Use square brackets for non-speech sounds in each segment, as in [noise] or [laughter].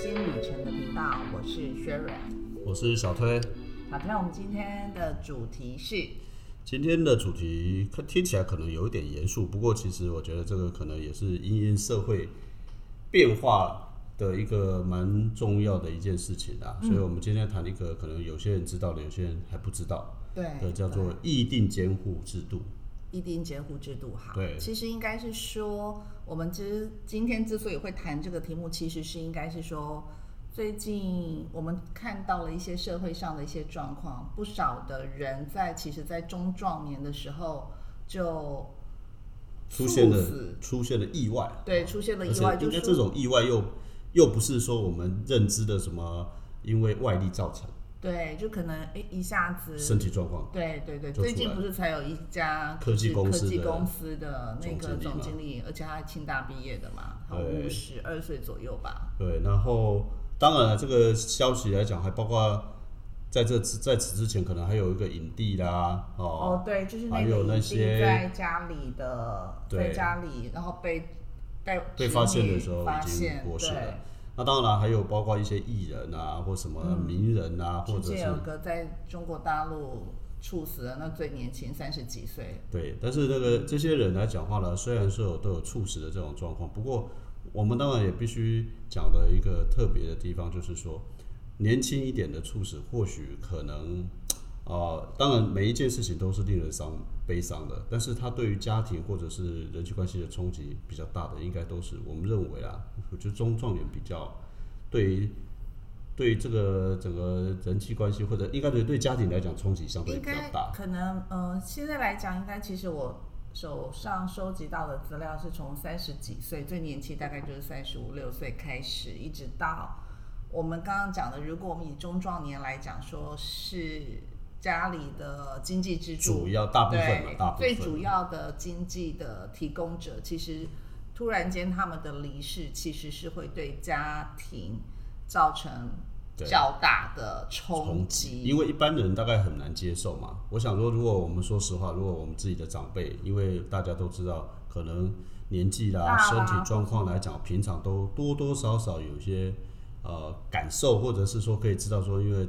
新女神的频道，我是 Sharon。我是小推。好，那我们今天的主题是今天的主题看听起来可能有一点严肃，不过其实我觉得这个可能也是因应社会变化的一个蛮重要的一件事情啊。嗯所以我们今天谈一个可能有些人知道的，有些人还不知道对的，叫做议定监护制度。一定监护制度好，对其实应该是说，我们其实今天之所以会谈这个题目，其实是应该是说，最近我们看到了一些社会上的一些状况，不少的人在其实，在中壮年的时候就出现了猝死出现了意外，对出现了而意且外，就应该是这种意外又又不是说我们认知的什么，因为外力造成对，就可能诶一下子身体状况，对对对，就出来最近不是才有一家科技是公司科技的公司的那个总经理嘛总经理，而且他清大毕业的嘛，好五对十二岁左右吧。对，然后当然了，这个消息来讲，还包括在这之在此之前，可能还有一个影帝啦，哦，哦，对，就是还那有个那影帝些在家里的，在对家里，然后被被被侄发现女的时候发已经现，过世对了。那当然还有包括一些艺人啊，或什么名人啊，或之者前是有个在中国大陆猝死的，那最年轻三十几岁，对，但是那个这些人来讲话呢，虽然说有都有猝死的这种状况，不过我们当然也必须讲的一个特别的地方，就是说年轻一点的猝死，或许可能啊、呃当然每一件事情都是令人伤悲伤的，但是它对于家庭或者是人际关系的冲击比较大的，应该都是我们认为啊，我觉得中壮年比较对于。对于这个整个人际关系，或者应该对对家庭来讲冲击相对应比较该大。可能，呃，现在来讲，应该其实我手上收集到的资料是从三十几岁最年轻，大概就是三十五六岁开始，一直到我们刚刚讲的，如果我们以中壮年来讲，说是家里的经济支柱主，要大部分嘛对，大部分最主要的经济的提供者，其实突然间他们的离世，其实是会对家庭造成对较大的冲冲击，因为一般人大概很难接受嘛。我想说，如果我们说实话，如果我们自己的长辈，因为大家都知道，可能年纪啦、大身啦体状况来讲，平常都多多少少有些呃感受，或者是说可以知道说，因为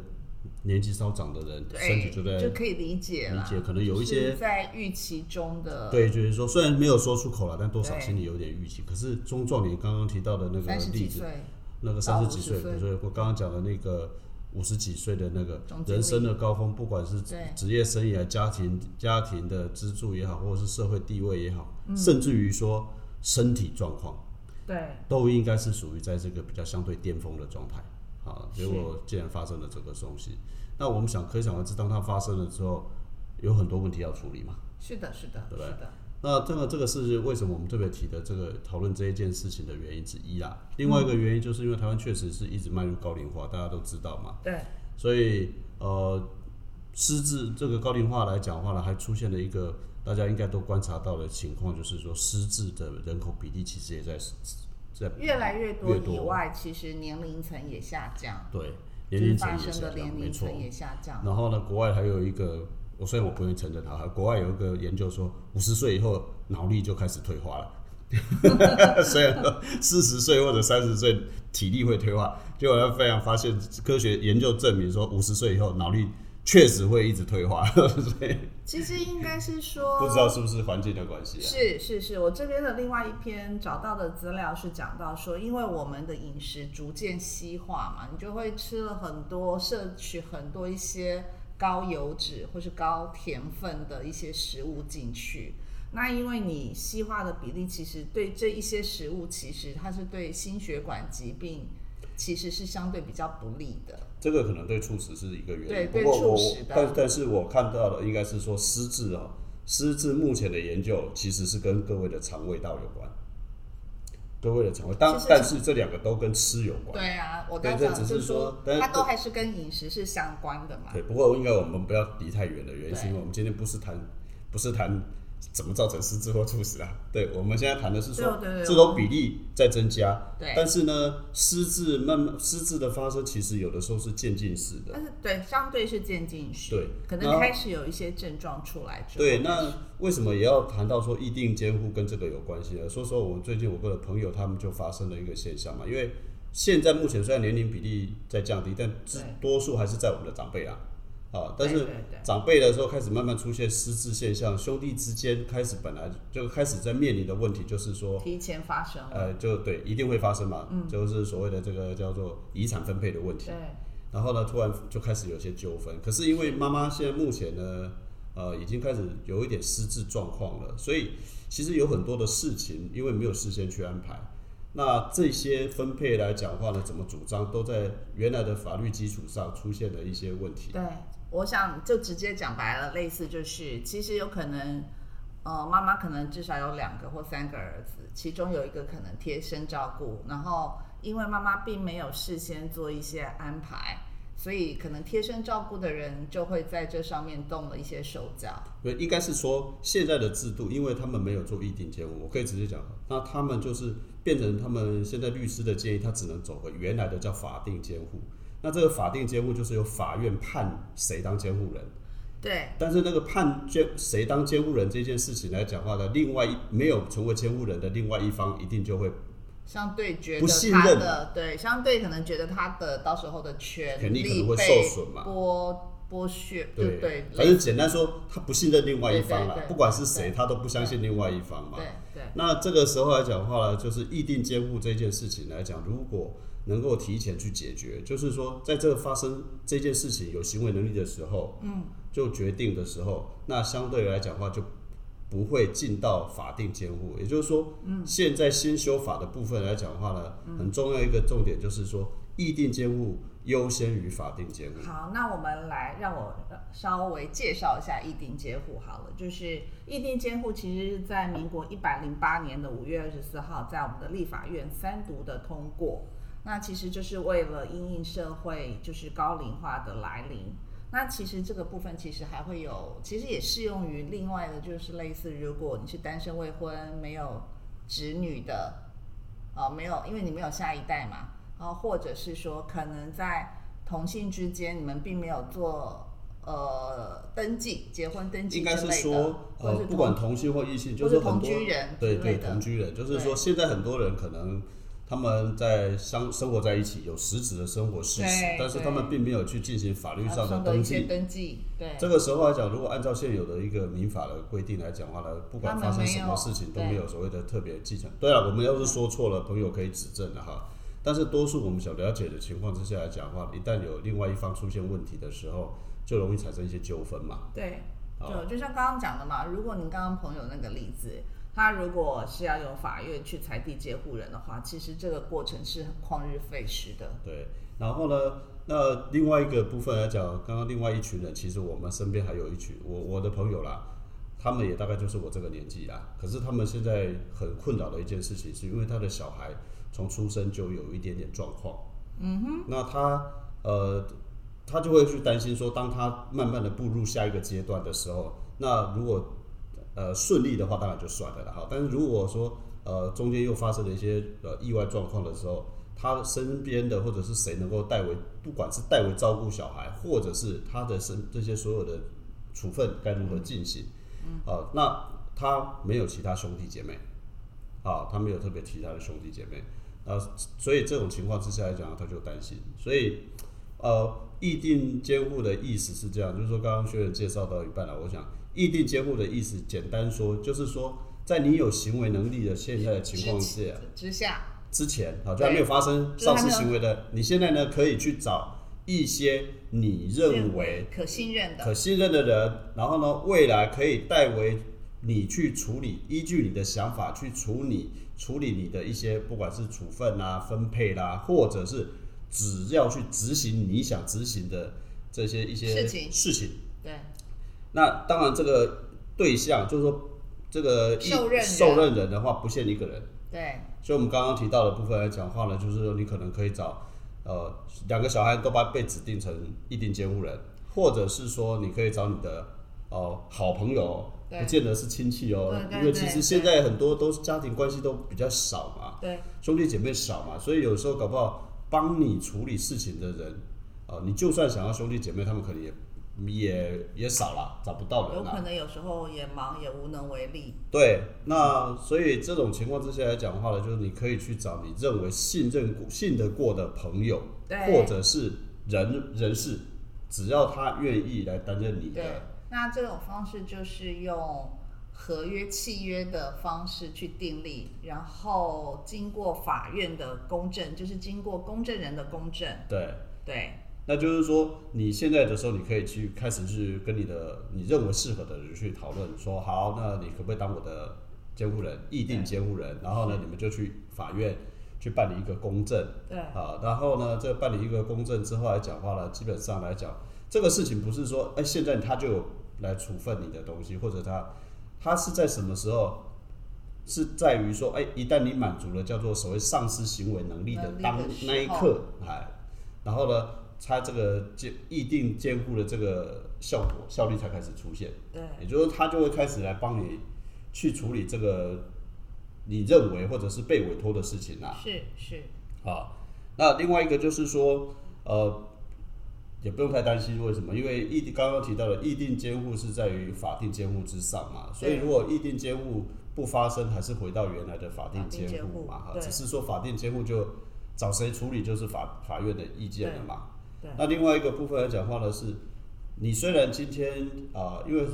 年纪稍长的人对，身体就在可以理解了，理解可能有一些就是在预期中的对，就是说虽然没有说出口了，但多少对心里有点预期。可是中壮年刚刚提到的那个三十例几子，岁，那个到三十几岁， 50岁比如说我刚刚讲的那个五十几岁的那个总经理人生的高峰，不管是职对职业生涯、家庭家庭的支柱也好，或者是社会地位也好，嗯甚至于说身体状况，对都应该是属于在这个比较相对巅峰的状态。啊，是结果既然发生了这个东西，那我们想可想而知，当它发生了之后，有很多问题要处理嘛。是的，是的，对不对是的，那这个这个是为什么我们特别提的这个讨论这一件事情的原因之一啦。另外一个嗯原因就是因为台湾确实是一直迈入高龄化，大家都知道嘛，对，所以呃，失智这个高龄化来讲的话呢，还出现了一个大家应该都观察到的情况，就是说失智的人口比例其实也在在越来越多越多以外，其实年龄层也下降，对就年是龄发层也生下的降，年没龄错层。也下降，然后呢，国外还有一个，我虽然我不愿意承认它，国外有一个研究说，五十岁以后脑力就开始退化了。 [laughs] 虽然四十岁或者三十岁体力会退化，结果非常发现科学研究证明说，五十岁以后脑力确实会一直退化， [laughs] 所以其实应该是说，不知道是不是环境的关系啊？是是是，我这边的另外一篇找到的资料是讲到说，因为我们的饮食逐渐西化嘛，你就会吃了很多，摄取很多一些高油脂或是高甜分的一些食物进去。那因为你西化的比例，其实对这一些食物，其实它是对心血管疾病其实是相对比较不利的。这个可能对猝死是一对个原因，对不过猝我死的但但是我看到的应该是说失智哦，失智目前的研究其实是跟各位的肠胃道有关，各位的肠胃，但其实但是这两个都跟吃有关。对啊，我对刚这讲只就是说说，但是它都还是跟饮食是相关的嘛。对，不过应该我们不要离太远的原因是对因为我们今天不是谈不是谈怎么造成失智或猝死啊，对，我们现在谈的是说对对对这种比例在增加，对但是呢，失智慢慢失智的发生其实有的时候是渐进式的，但是对，相对是渐进式，对可然能后开始有一些症状出来之后，对，那为什么也要谈到说议定监护跟这个有关系呢？说实话，我最近我个朋友他们就发生了一个现象嘛，因为现在目前虽然年龄比例在降低，但对多数还是在我们的长辈啦。啊，但对是对对长辈的时候开始慢慢出现失智现象，兄弟之间开始本来就开始在面临的问题就是说，提前发生了，呃，就对，一定会发生嘛，嗯就是所谓的这个叫做遗产分配的问题。对，然后呢，突然就开始有些纠纷。可是因为妈妈现在目前呢，呃，已经开始有一点失智状况了，所以其实有很多的事情，因为没有事先去安排。那这些分配来讲话呢，怎么主张都在原来的法律基础上出现了一些问题。对，我想就直接讲白了，类似就是，其实有可能，呃，妈妈可能至少有两个或三个儿子，其中有一个可能贴身照顾，然后因为妈妈并没有事先做一些安排，所以可能贴身照顾的人就会在这上面动了一些手脚。对，应该是说现在的制度，因为他们没有做议定结婚，我可以直接讲，那他们就是变成他们现在律师的建议，他只能走回原来的叫法定监护。那这个法定监护就是由法院判谁当监护人，对，但是那个判监谁当监护人这件事情来讲话呢，另外一没有成为监护人的另外一方一定就会相对觉不得信他任的对，相对可能觉得他的到时候的权权利可能会被受损嘛剥剥削，对就对，反正简单说，他不信任另外一方对对啦，对不管是谁，他都不相信另外一方嘛对。对。那这个时候来讲的话呢，就是议定监护这件事情来讲，如果能够提前去解决，就是说在这个发生这件事情有行为能力的时候，嗯，就决定的时候，那相对来讲的话就不会进到法定监护。也就是说，嗯，现在新修法的部分来讲的话呢，很重要一个重点就是说，议定监护优先于法定监护。好，那我们来让我呃稍微介绍一下议定监护好了。就是议定监护其实是在民国一百零八年的五月二十四号，在我们的立法院三读的通过。那其实就是为了因应社会就是高龄化的来临。那其实这个部分其实还会有，其实也适用于另外的，就是类似如果你是单身未婚没有子女的，呃，没有，因为你没有下一代嘛，然后或者是说可能在同性之间你们并没有做呃登记、结婚登记应之该类是的，说，或呃者，是不管同同性或异性，就或者是很同多居人对之对类的同居人，就是说对现在很多人可能他们在相生活在一起，有实质的生活事实对，但是对啊他们并没有去进行法律上的呃登一些记。登记，对，这个时候来讲，如果按照现有的一个民法的规定来讲的话呢，不管他发们生没什么有事情都对没有所谓的特别继承。对了，我们要是说错了，朋友可以指正的哈。但是多数我们所了解的情况之下来讲的话，一旦有另外一方出现问题的时候，就容易产生一些纠纷嘛。啊对，好就就像刚刚讲的嘛，如果你刚刚朋友那个例子，他如果是要由法院去裁定监护人的话，其实这个过程是很旷日费时的。对，然后呢，那另外一个部分来讲，刚刚另外一群人，其实我们身边还有一群我我的朋友啦，他们也大概就是我这个年纪啦。可是他们现在很困扰的一件事情，是因为他的小孩从出生就有一点点状况。嗯哼，那他呃，他就会去担心说，当他慢慢的步入下一个阶段的时候，那如果呃顺利的话，当然就算了啦哈。但是如果说呃中间又发生了一些呃意外状况的时候，他身边的或者是谁能够代为，不管是代为照顾小孩，或者是他的身这些所有的处分该如何进行，啊、那他没有其他兄弟姐妹，啊，他没有特别其他的兄弟姐妹，啊，所以这种情况之下来讲，他就担心，所以呃，议定监护的意思是这样，就是说刚刚学员介绍到一半了，我想议定监护的意思，简单说就是说，在你有行为能力的现在的情况下。之下，之前啊，对就还没有发生就是还上没有市行为的，你现在呢可以去找一些你认为可信任的，可信任的人，然后呢，未来可以代为你去处理，依据你的想法去处理处理你的一些不管是处分啦、分配啦，或者是只要去执行你想执行的这些一些事情事情。对，那当然，这个对象就是说这个一受任人受任人的话，不限一个人。对，所以我们刚刚提到的部分来讲话呢，就是说你可能可以找呃两个小孩都把被指定成一定监护人，或者是说你可以找你的呃好朋友哦，对不见得是亲戚哦，对对因为其实对现在很多都是家庭关系都比较少嘛，对，兄弟姐妹少嘛，所以有时候搞不好帮你处理事情的人，呃，你就算想要兄弟姐妹，他们可能也也也少了，找不到人有了、可能有时候也忙也无能为力。对，那所以这种情况之下来讲的话呢，就是你可以去找你认为信任过、信得过的朋友，对，或者是人人士，只要他愿意来担任你对的，那这种方式就是用合约、契约的方式去订立，然后经过法院的公证，就是经过公证人的公证。对，对，那就是说你现在的时候，你可以去开始去跟你的你认为适合的人去讨论，说好，那你可不可以当我的监护人，议定监护人，然后呢，你们就去法院去办理一个公证。对，啊，然后呢，这办理一个公证之后来讲话呢，基本上来讲，这个事情不是说，哎，现在他就有来处分你的东西，或者他，他是在什么时候？是在于说，哎，一旦你满足了叫做所谓丧失行为能力的能力的当时那一候刻，哎，然后呢，他这个监议定监护的这个效果效力才开始出现，对，也就是说，他就会开始来帮你去处理这个你认为或者是被委托的事情啦、是是，啊，那另外一个就是说，呃，也不用太担心，为什么？因为议定刚刚提到的议定监护是在于法定监护之上嘛，所对以如果议定监护不发生，还是回到原来的法定法定监护嘛，护哈，对只是说法定监护就找谁处理就是法法院的意见了嘛。 [laughs] 对那另外一个部分来讲话呢是，你虽然今天啊、因为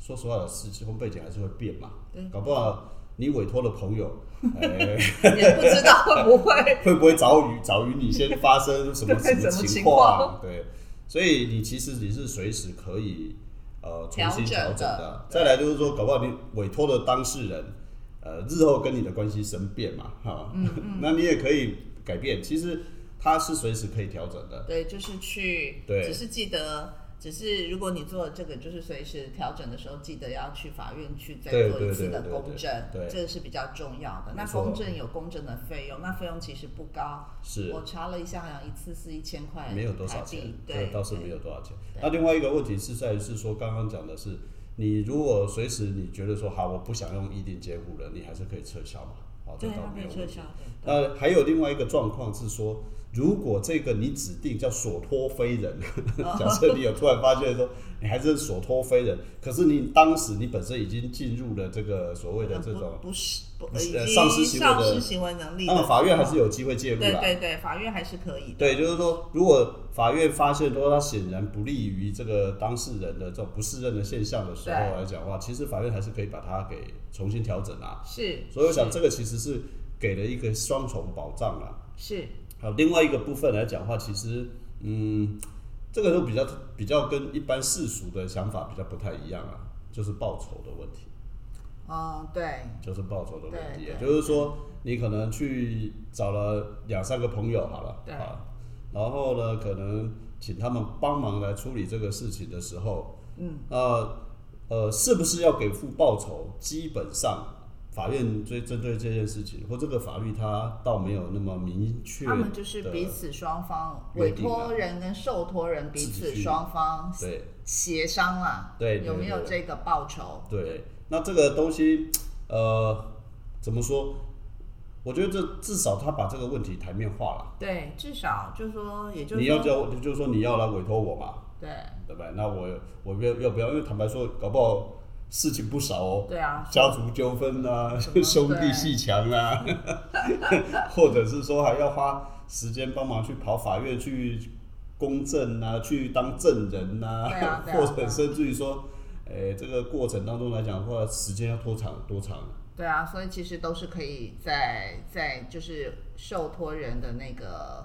说实话的事情背景还是会变嘛，对，搞不好你委托的朋友，哎。也不知道会不会会不会早与早与你先发生什么对么什么情况？对，所以你其实你是随时可以呃重新调调整的整的。对再来就是说，搞不好你委托的当事人，呃，日后跟你的关系生变嘛，哈，嗯那你也可以改变。其实它是随时可以调整的。对，就是去，对只是记得，只是如果你做这个，就是随时调整的时候，记得要去法院去再对做对一次对的对公对证，对这个是比较重要的。没那错公证有公证的费用，那费用其实不高，是我查了一下，好像一次是一千块，没有多少钱，对，倒是对没有多少钱。对那另外一个问题是在于是说，刚刚讲的是，你如果随时你觉得说好，我不想用议定监护人，你还是可以撤销嘛，好，这对，倒它可没以有撤问题销。。对那呃还有另外一个状况是说，如果这个你指定叫所托非人， [laughs] 假设你有突然发现说你还是所托非人，可是你当时你本身已经进入了这个所谓的这种，不不是不不是已呃经丧失行为丧的失行为能力那的，法院还是有机会介入对啦。对对，法院还是可以的，对，就是说，如果法院发现说他显然不利于这个当事人的这种不适任的现象的时候对来讲的话，其实法院还是可以把它给重新调整啊。是，所以我想是这个其实是给了一个双重保障啊啦。是好，另外一个部分来讲的话，其实嗯，这个就比较比较跟一般世俗的想法比较不太一样啊，就是报酬的问题。嗯，对，就是报酬的问对题，也对就是说，你可能去找了两三个朋友好了对，啊，然后呢，可能请他们帮忙来处理这个事情的时候，嗯，呃呃，是不是要给付报酬？基本上，法院最针对这件事情或这个法律，它倒没有那么明确的，他们就是彼此双方委约定啊托人跟受托人彼自此己去双方对协商啦，对对有没有对这个报酬？对，那这个东西，呃，怎么说？我觉得这至少他把这个问题台面化了。对，至少就是说，也就是你要说，叫，就是说你要来委托我嘛，对对不对？那我我要要不要？因为坦白说，搞不好事情不少哦，对啊，家族纠纷啊，什么 [laughs] 兄对弟戏强啊， [laughs] 或者是说还要花时间帮忙去跑法院去公证啊，去当证人呐、对 [laughs] 啊对啊或对者啊甚至于说，诶、这个过程当中来讲的话，时间要多长多长？对啊，所以其实都是可以在在就是受托人的那个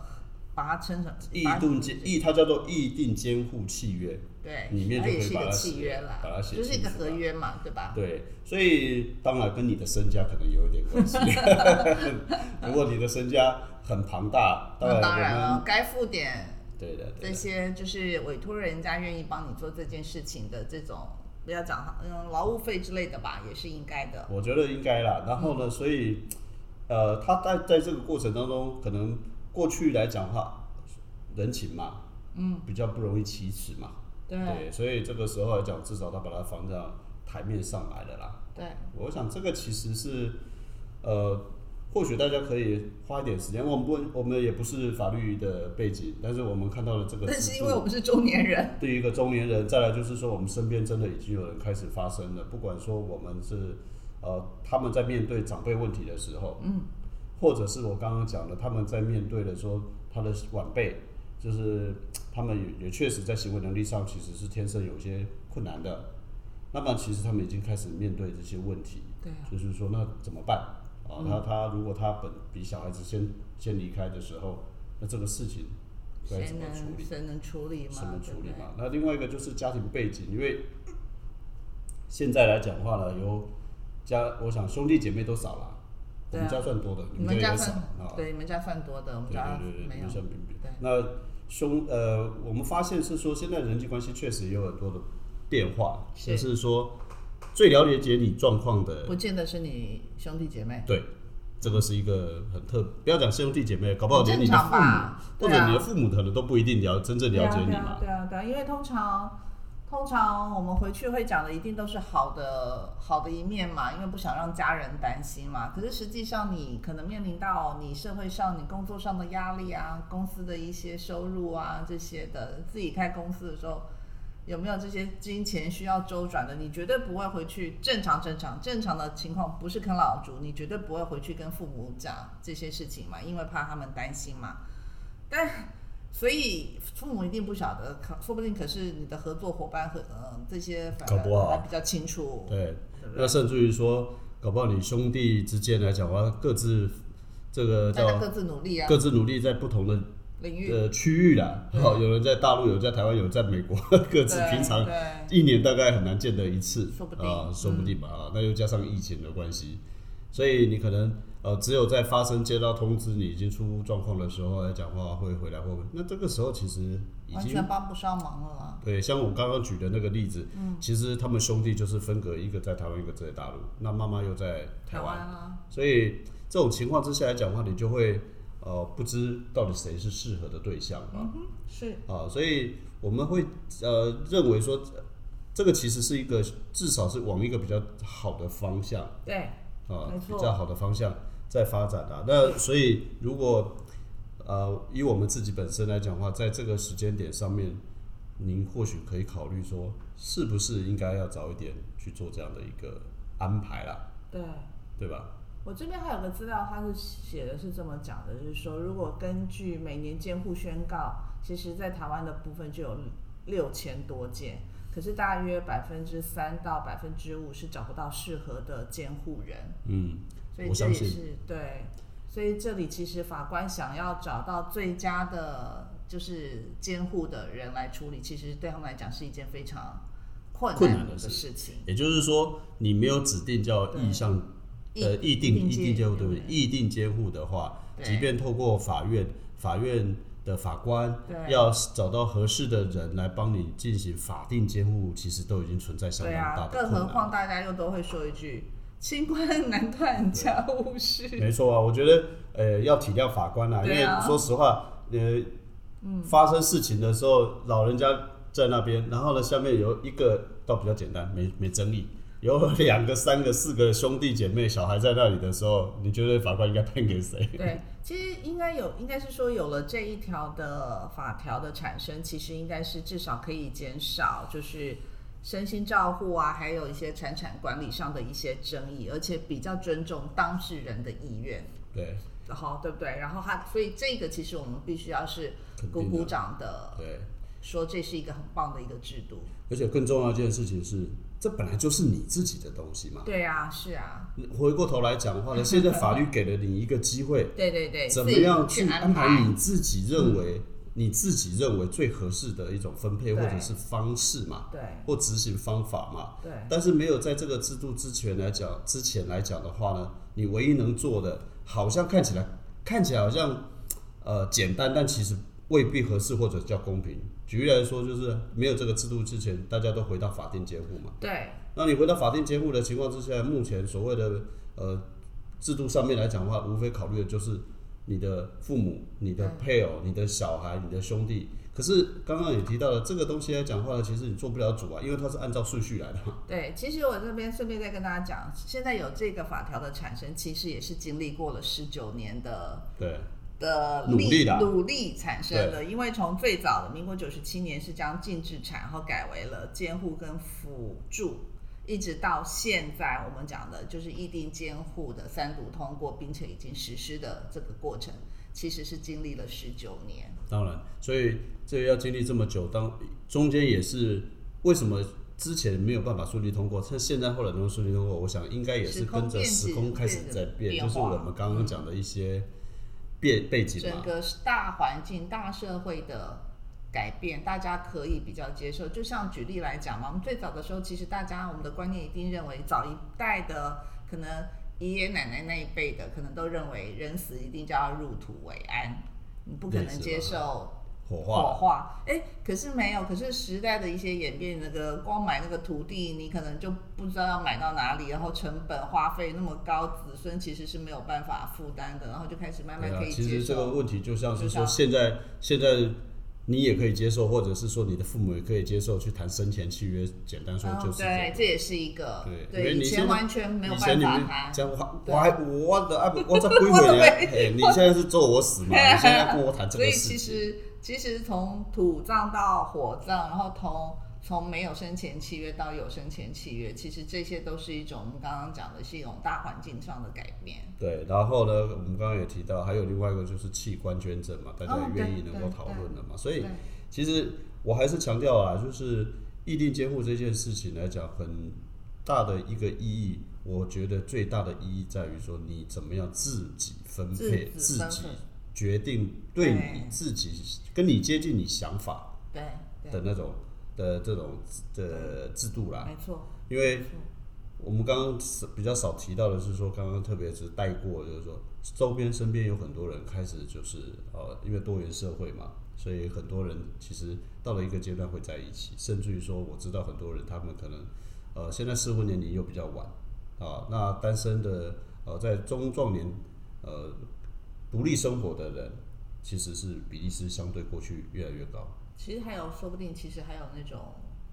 把它称成议把它定监议，它叫做议定监护契约。对，里面它就也可以是一把个它契写约啦把它，写就是一个清楚合啦约嘛，对吧？对，所以当然跟你的身家可能有一点 [laughs] 关系。 [laughs] 如果你的身家很庞大，当那然当然啊我们了，该付点对的，对这的，些就是委托人家愿意帮你做这件事情的这种，不要讲哈嗯劳务费之类的吧，也是应该的。我觉得应该啦。然后呢，所以呃，他在在这个过程当中，可能过去来讲的话，人情嘛，嗯，比较不容易启齿嘛，嗯对，所以这个时候来讲，至少他把它放到台面上来了啦。对我想这个其实是呃，或许大家可以花一点时间，我们不，我们也不是法律的背景，但是我们看到了这个但制是因为我度。们是中年人，第一个中年人，再来就是说，我们身边真的已经有人开始发生了，不管说我们是呃他们在面对长辈问题的时候，嗯，或者是我刚刚讲的，他们在面对的说他的晚辈，就是他们也也确实在行为能力上其实是天生有些困难的，那么其实他们已经开始面对这些问题，对啊，就是说那怎么办啊？那嗯他如果他本比小孩子先先离开的时候，那这个事情该谁怎么处能理？谁能处理嘛？什么处理对不对？嘛？那另外一个就是家庭背景，因为现在来讲话了，有家，我想兄弟姐妹都少了，我对们啊家算多的，你们们家家也少算啊。对，你们家算多的，我们对家对对对，没你们有。像比比对那兄呃，我们发现是说，现在人际关系确实也有很多的变化，是就是说最了解你状况的不见得是你兄弟姐妹，对，这个是一个很特，不要讲兄弟姐妹，搞不好很连你正的常父母吧？或对者啊你的父母可能都不一定了真正了解你对啊嘛。对啊，对啊，对啊，因为通常通常我们回去会讲的一定都是好的好的一面嘛，因为不想让家人担心嘛。可是实际上你可能面临到你社会上、你工作上的压力啊，公司的一些收入啊这些的，自己开公司的时候。有没有这些金钱需要周转的？你绝对不会回去正常正常正常的情况，不是啃老族，你绝对不会回去跟父母讲这些事情嘛，因为怕他们担心嘛。但所以父母一定不晓得，可说不定可是你的合作伙伴和呃这些反搞不好而还比较清楚。对，对不对那甚至于说，搞不好你兄弟之间来啊讲的话，各自这个大家叫各自努力啊，各自努力在不同的领域嗯呃区域啦，对好，有人在大陆，有人在台湾，有人在美国， [laughs] 各自对平常对一年大概很难见得一次，说不定嗯啊，说不定吧啊，那又加上疫情的关系，所以你可能呃，只有在发生接到通知你已经出状况的时候来讲话，会回来或那这个时候其实已完经全帮不上忙了啦。对，像我刚刚举的那个例子，其实他们兄弟就是分隔一个在台湾，一个在大陆，那妈妈又在台湾，啊，所以这种情况之下来讲的话，你就会呃不知到底谁是适合的对象嘛。是啊，所以我们会呃认为说，呃这个其实是一个至少是往一个比较好的方向对，啊没，比错较好的方向在发展啊。那所以如果呃以我们自己本身来讲的话，在这个时间点上面，您或许可以考虑说，是不是应该要早一点去做这样的一个安排啦，对。对吧？我这边还有个资料，它是写的是这么讲的，就是说，如果根据每年监护宣告，其实在台湾的部分就有六千多件，可是大约百分之三到百分之五是找不到适合的监护人，嗯，所以我这相也信是对，所以这里其实法官想要找到最佳的，就是监护的人来处理，其实对他们来讲是一件非常困困难难的事事情。也就是说，你没有指定叫意向对呃意议定意定议定监监护，对不对对？议定监护的话，对即便透过法院法院的法官对要找到合适的人来帮你进行法定监护，其实都已经存在相对当啊大，的更困何难。况大家又都会说一 [laughs] 句“清官难断家务事 [laughs] 没错啊，我觉得呃要体谅法官啊，因对为啊说实话，呃，发生事情的时候，老人家在那边，然后呢，下面有一个倒比较简单，没没争议。有两个、三个、四个兄弟姐妹、小孩在那里的时候，你觉得法官应该判给谁？”。对，其实应该有，应该是说有了这一条的法条的产生，其实应该是至少可以减少就是身心照护啊，还有一些产产管理上的一些争议，而且比较尊重当事人的意愿， [laughs] 对然后对不对？然后他，所以这个其实我们必须要是肯鼓定的鼓掌的，对，说这是一个很棒的一个制度。而且更重要的一件事情是，这本来就是你自己的东西嘛。对啊，是啊，回过头来讲的话呢，现在法律给了你一个机会，对对对，怎么自己样去去安排嗯你自己认为、你自己认为最合适的一种分配或对者是方式嘛，对或执行方法嘛。对但是没有在这个制度之前来讲，之前来讲的话呢，你唯一能做的，好像看起来看起来好像呃简单，但其实未必合适或者叫公平。举例来说，就是没有这个制度之前，大家都回到法定监护嘛。对那你回到法定监护的情况之下，目前所谓的呃制度上面来讲的话，无非考虑的就是你的父母、你的配偶、你的小孩、你的兄弟。可是刚刚也提到了，这个东西来讲话，其实你做不了主啊，因为它是按照顺序来的 [laughs] 嘛。对，其实我这边顺便再跟大家讲，现在有这个法条的产生，其实也是经历过了十九年的对，的努力啦努力产生的。因为从最早的民国九十七年是将禁止产，然后改为了监护跟辅助，一直到现在我们讲的就是议定监护的三读通过，并且已经实施的这个过程，其实是经历了十九年。当然，所以这个要经历这么久，当中间也是为什么之前没有办法顺利通过，像现在后来能够顺利通过，我想应该也是跟着时空开始在变，就是我们刚刚讲的一些变背景整嘛。个大环境、大社会的改变，大家可以比较接受。就像举例来讲嘛，我们最早的时候，其实大家我们的观念一定认为早一代的可能爷爷奶奶那一辈的，可能都认为人死一定就要入土为安，你不可类能似吧接受火火化，化，哎，可是没有，可是时代的一些演变，那个光买那个土地，你可能就不知道要买到哪里，然后成本花费那么高，子孙其实是没有办法负担的，然后就开始慢慢对啊可以，其接实这个受。问题就像是说就像现在现在。你也可以接受，或者是说你的父母也可以接受，去谈生前契约。简单说嗯就是这样。对，这也是一个对因对，为你以现前在完全没有以前办你法们谈。讲我对我还我的啊不我在归回啊，哎，你现在是咒我 [laughs] 死嘛？你现在要跟我谈这所个以事其情，实其实从土葬到火葬，然后从从没有生前契约到有生前契约，其实这些都是一种我们刚刚讲的是一种大环境上的改变。对。然后呢，我们刚刚也提到，还有另外一个就是器官捐赠嘛，大家也哦愿对意能对够讨对论的嘛。所以对其实我还是强调啊，就是议定监护这件事情来讲，很大的一个意义，我觉得最大的意义在于说，你怎么样自己分自配，己自分己配决定对你对自己跟你接近你想法。对对，的那种的这种的制度啦。没错。因为我们刚刚是比较少提到的是说，刚刚特别是带过，就是说周边身边有很多人开始就是呃，因为多元社会嘛，所以很多人其实到了一个阶段会在一起，甚至于说我知道很多人他们可能呃现在适婚年龄又比较晚啊，那单身的呃在中壮年呃独立生活的人。其实是比例是相对过去越来越高，其实还有，说不定其实还有那种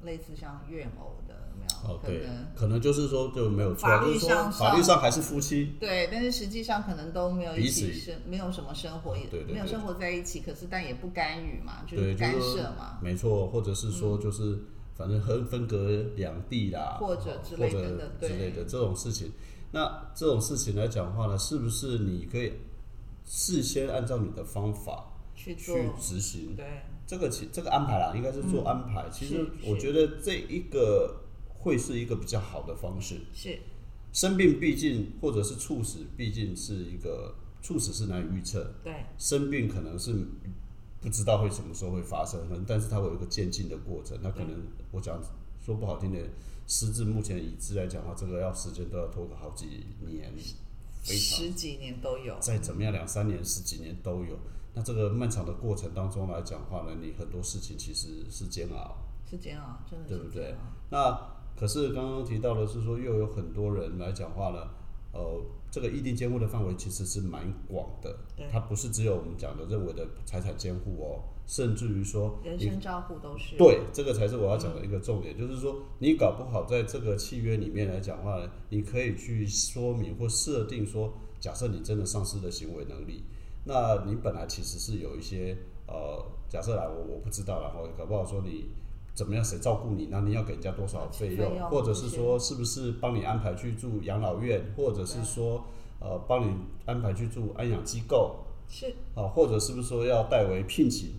类似像怨偶的，有没有？哦，可对能，可能就是说就没有错，法就律是说上法律上还是夫妻，对，但是实际上可能都没有一彼起此啊生，没有什么生活，也对对对没有生活在一起，可是但也不干预嘛，就对，是就干是涉说嘛，嗯没错，或者是说就是反正分分隔两地啦，或者哦之或类者等等之对类的这种事情。那这种事情来讲的话呢，是不是你可以事先按照你的方法去做，去执行？对，这个其这个安排啦，应该是做安排。其实是我觉得这一个会是一个比较好的方式。是生病毕竟或者是猝死，毕竟是一个猝死是难以预测，对，生病可能是不知道会什么时候会发生，可能但是它会有一个渐进的过程。它可能我讲说不好听点，失智目前已知来讲的话，这个要时间都要拖个好几年，非常十几年都有，再怎么样两三年、十几年都有。那这个漫长的过程当中来讲的话呢，你很多事情其实是煎熬。是这样啊，真的对是不这对样啊。那可是刚刚提到的是说，又有很多人来讲话呢，呃，这个议定监护的范围其实是蛮广的对，它不是只有我们讲的认为的财产监护哦，甚至于说人你身照顾都是，对这个才是我要讲的一个重点，就是说你搞不好在这个契约里面来讲话呢，你可以去说明或设定说，假设你真的丧失了行为能力，那你本来其实是有一些呃，假设啦，我我不知道啦，我搞不好说你怎么样，谁照顾你，那你要给人家多少费费用，用或者是这些说是不是帮你安排去住养老院，或者是对说呃帮你安排去住安养机构，是啊，或者是不是说要代为聘请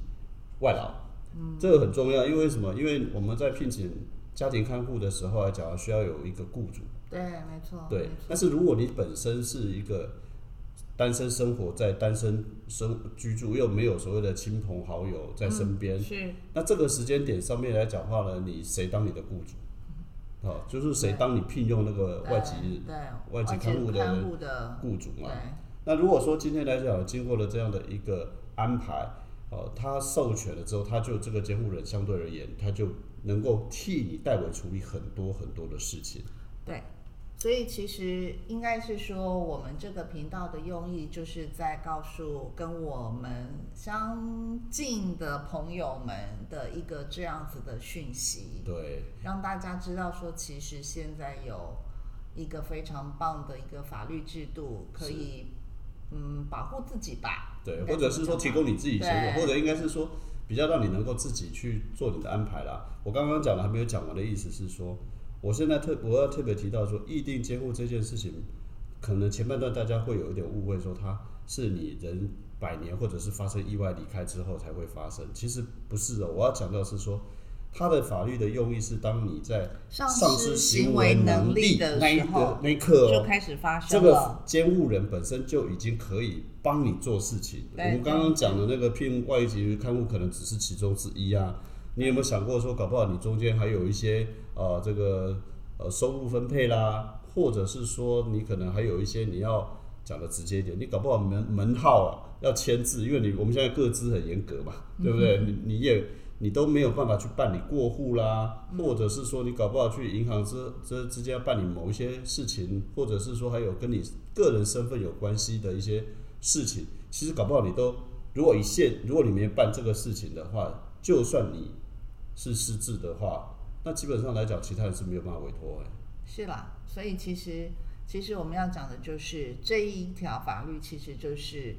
外劳？嗯，这个很重要，因为什么？因为我们在聘请家庭看护的时候来讲，需要有一个雇主，对，没错，对哦没。错但是如果你本身是一个单身生活在单身生居住，又没有所谓的亲朋好友在嗯身边，是那这个时间点上面来讲话呢，你谁当你的雇主？啊，就是谁当你聘用那个外籍嗯对对外外籍看护的看护的，雇主嘛？对。那如果说今天来讲，经过了这样的一个安排，哦，他授权了之后，他就这个监护人相对而言，他就能够替你代为处理很多很多的事情。对，所以其实应该是说，我们这个频道的用意就是在告诉跟我们相近的朋友们的一个这样子的讯息，对，让大家知道说，其实现在有一个非常棒的一个法律制度，可以嗯保护自己吧。对，应该或者这是么说讲提吧供你自己选择，对或者应该是说比较让你能够自己去做你的安排啦。我刚刚讲的还没有讲完的意思是说，我现在特我要特别提到说，议定监护这件事情，可能前半段大家会有一点误会，说它是你人百年或者是发生意外离开之后才会发生，其实不是的。我要强调的是说，它的法律的用意是当你在丧丧失失行行为为能能力力的那一时候个那一刻哦就，开始发这生个了，监护人本身就已经可以帮你做事情。我对们刚刚讲的那个聘外籍看护可能只是其中之一啊。你有没有想过说，搞不好你中间还有一些呃这个呃收入分配啦，或者是说你可能还有一些你要讲的直接一点，你搞不好门门号、啊、要签字，因为你我们现在各自很严格嘛，对不对？你你也你都没有办法去办理过户啦，或者是说你搞不好去银行之之之间要办理某一些事情，或者是说还有跟你个人身份有关系的一些事情，其实搞不好你都如果一线，如果你没办这个事情的话，就算你是失智的话，那基本上来讲，其他人是没有办法委托、欸。是啦。所以其实其实我们要讲的就是这一条法律，其实就是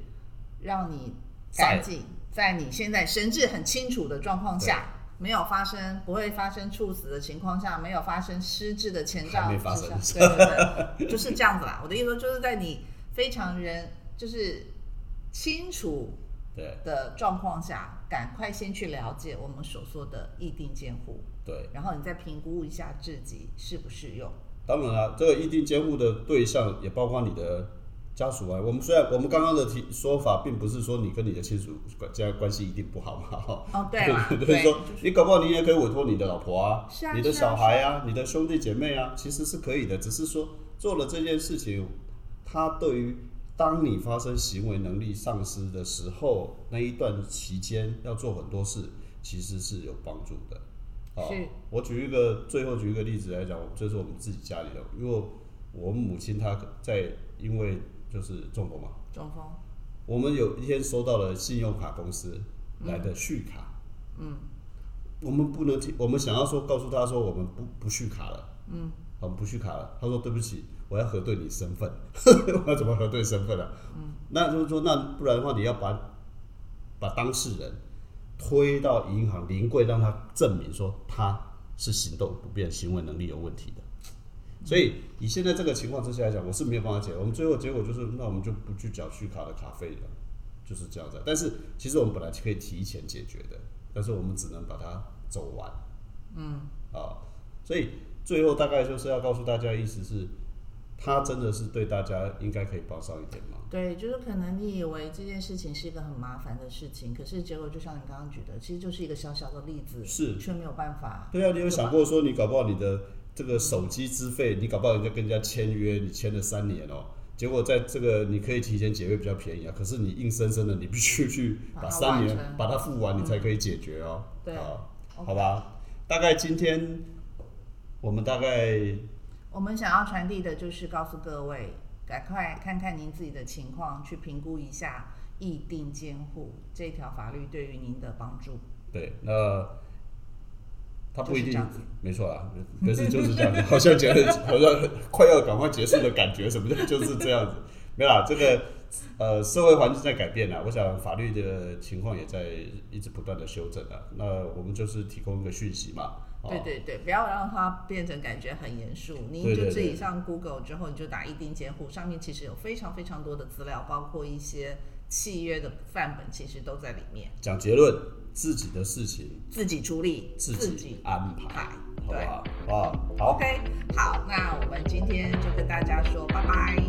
让你赶紧在你现在神志很清楚的状况下。没有发生，不会发生猝死的情况下，没有发生失智的前兆之下，还没发生对 [laughs] 对对，就是这样子啦。我的意思说，就是在你非常人就是清楚对的状况下，赶快先去了解我们所说的议定监护，对，然后你再评估一下自己适不适用。当然啦、这个议定监护的对象也包括你的家属啊。我们虽然我们刚刚的提说法，并不是说你跟你的亲属关这样关系一定不好嘛，哈。哦，对 [laughs] 啦， [laughs] 对，就是对，说你搞不好你也可以委托你的老婆啊，是啊你的是啊小孩啊，你的兄弟姐妹啊，其实是可以的，只是说做了这件事情，他对于当你发生行为能力丧失的时候，那一段期间要做很多事，其实是有帮助的。哦是，我举一个最后举一个例子来讲，这是我们自己家里的，因为我母亲她在因为就是中风嘛，中风，我们有一天收到了信用卡公司来的续卡，嗯，我们不能提，我们想要说告诉他说我们不不续卡了，嗯，我们不续卡了。他说对不起，我要核对你身份， [laughs] 我要怎么核对身份啊？嗯，那就是说，那不然的话，你要把把当事人推到银行临柜，让他证明说他是行动不便、行为能力有问题的。所以以现在这个情况之下来讲，我是没有办法解。我们最后结果就是，那我们就不去缴续卡的卡费了，就是这样子。啊但是其实我们本来可以提前解决的，但是我们只能把它走完。嗯，啊，所以最后大概就是要告诉大家，意思是，他真的是对大家应该可以帮上一点忙。对，就是可能你以为这件事情是一个很麻烦的事情，可是结果就像你刚刚举的，其实就是一个小小的例子，是却没有办法。对啊，你有想过说你搞不好你的这个手机资费，你搞不好人家跟人家签约，你签了三年哦，结果在这个你可以提前解约比较便宜啊，可是你硬生生的你必须去把它把三年完成嗯把它付完，你才可以解决哦。对好 OK 好吧，大概今天我们大概我们想要传递的就是告诉各位，赶快看看您自己的情况，去评估一下议定监护这条法律对于您的帮助。对那。他不一就是这定样子，没错啊，可是就是这样子，好像觉得好像快要赶快结束的感觉什么的，就是这样子。没有啦，这个呃，社会环境在改变啦，我想法律的情况也在一直不断的修正啊。那我们就是提供一个讯息嘛。哦、对对对，不要让它变成感觉很严肃。您对就对自己对上 Google 之后，你就打“一定监护”，上面其实有非常非常多的资料，包括一些契约的范本，其实都在里面。讲结论，自己的事情自己处理，自自己安排，好不对好？啊，好。 OK，好，那我们今天就跟大家说拜拜。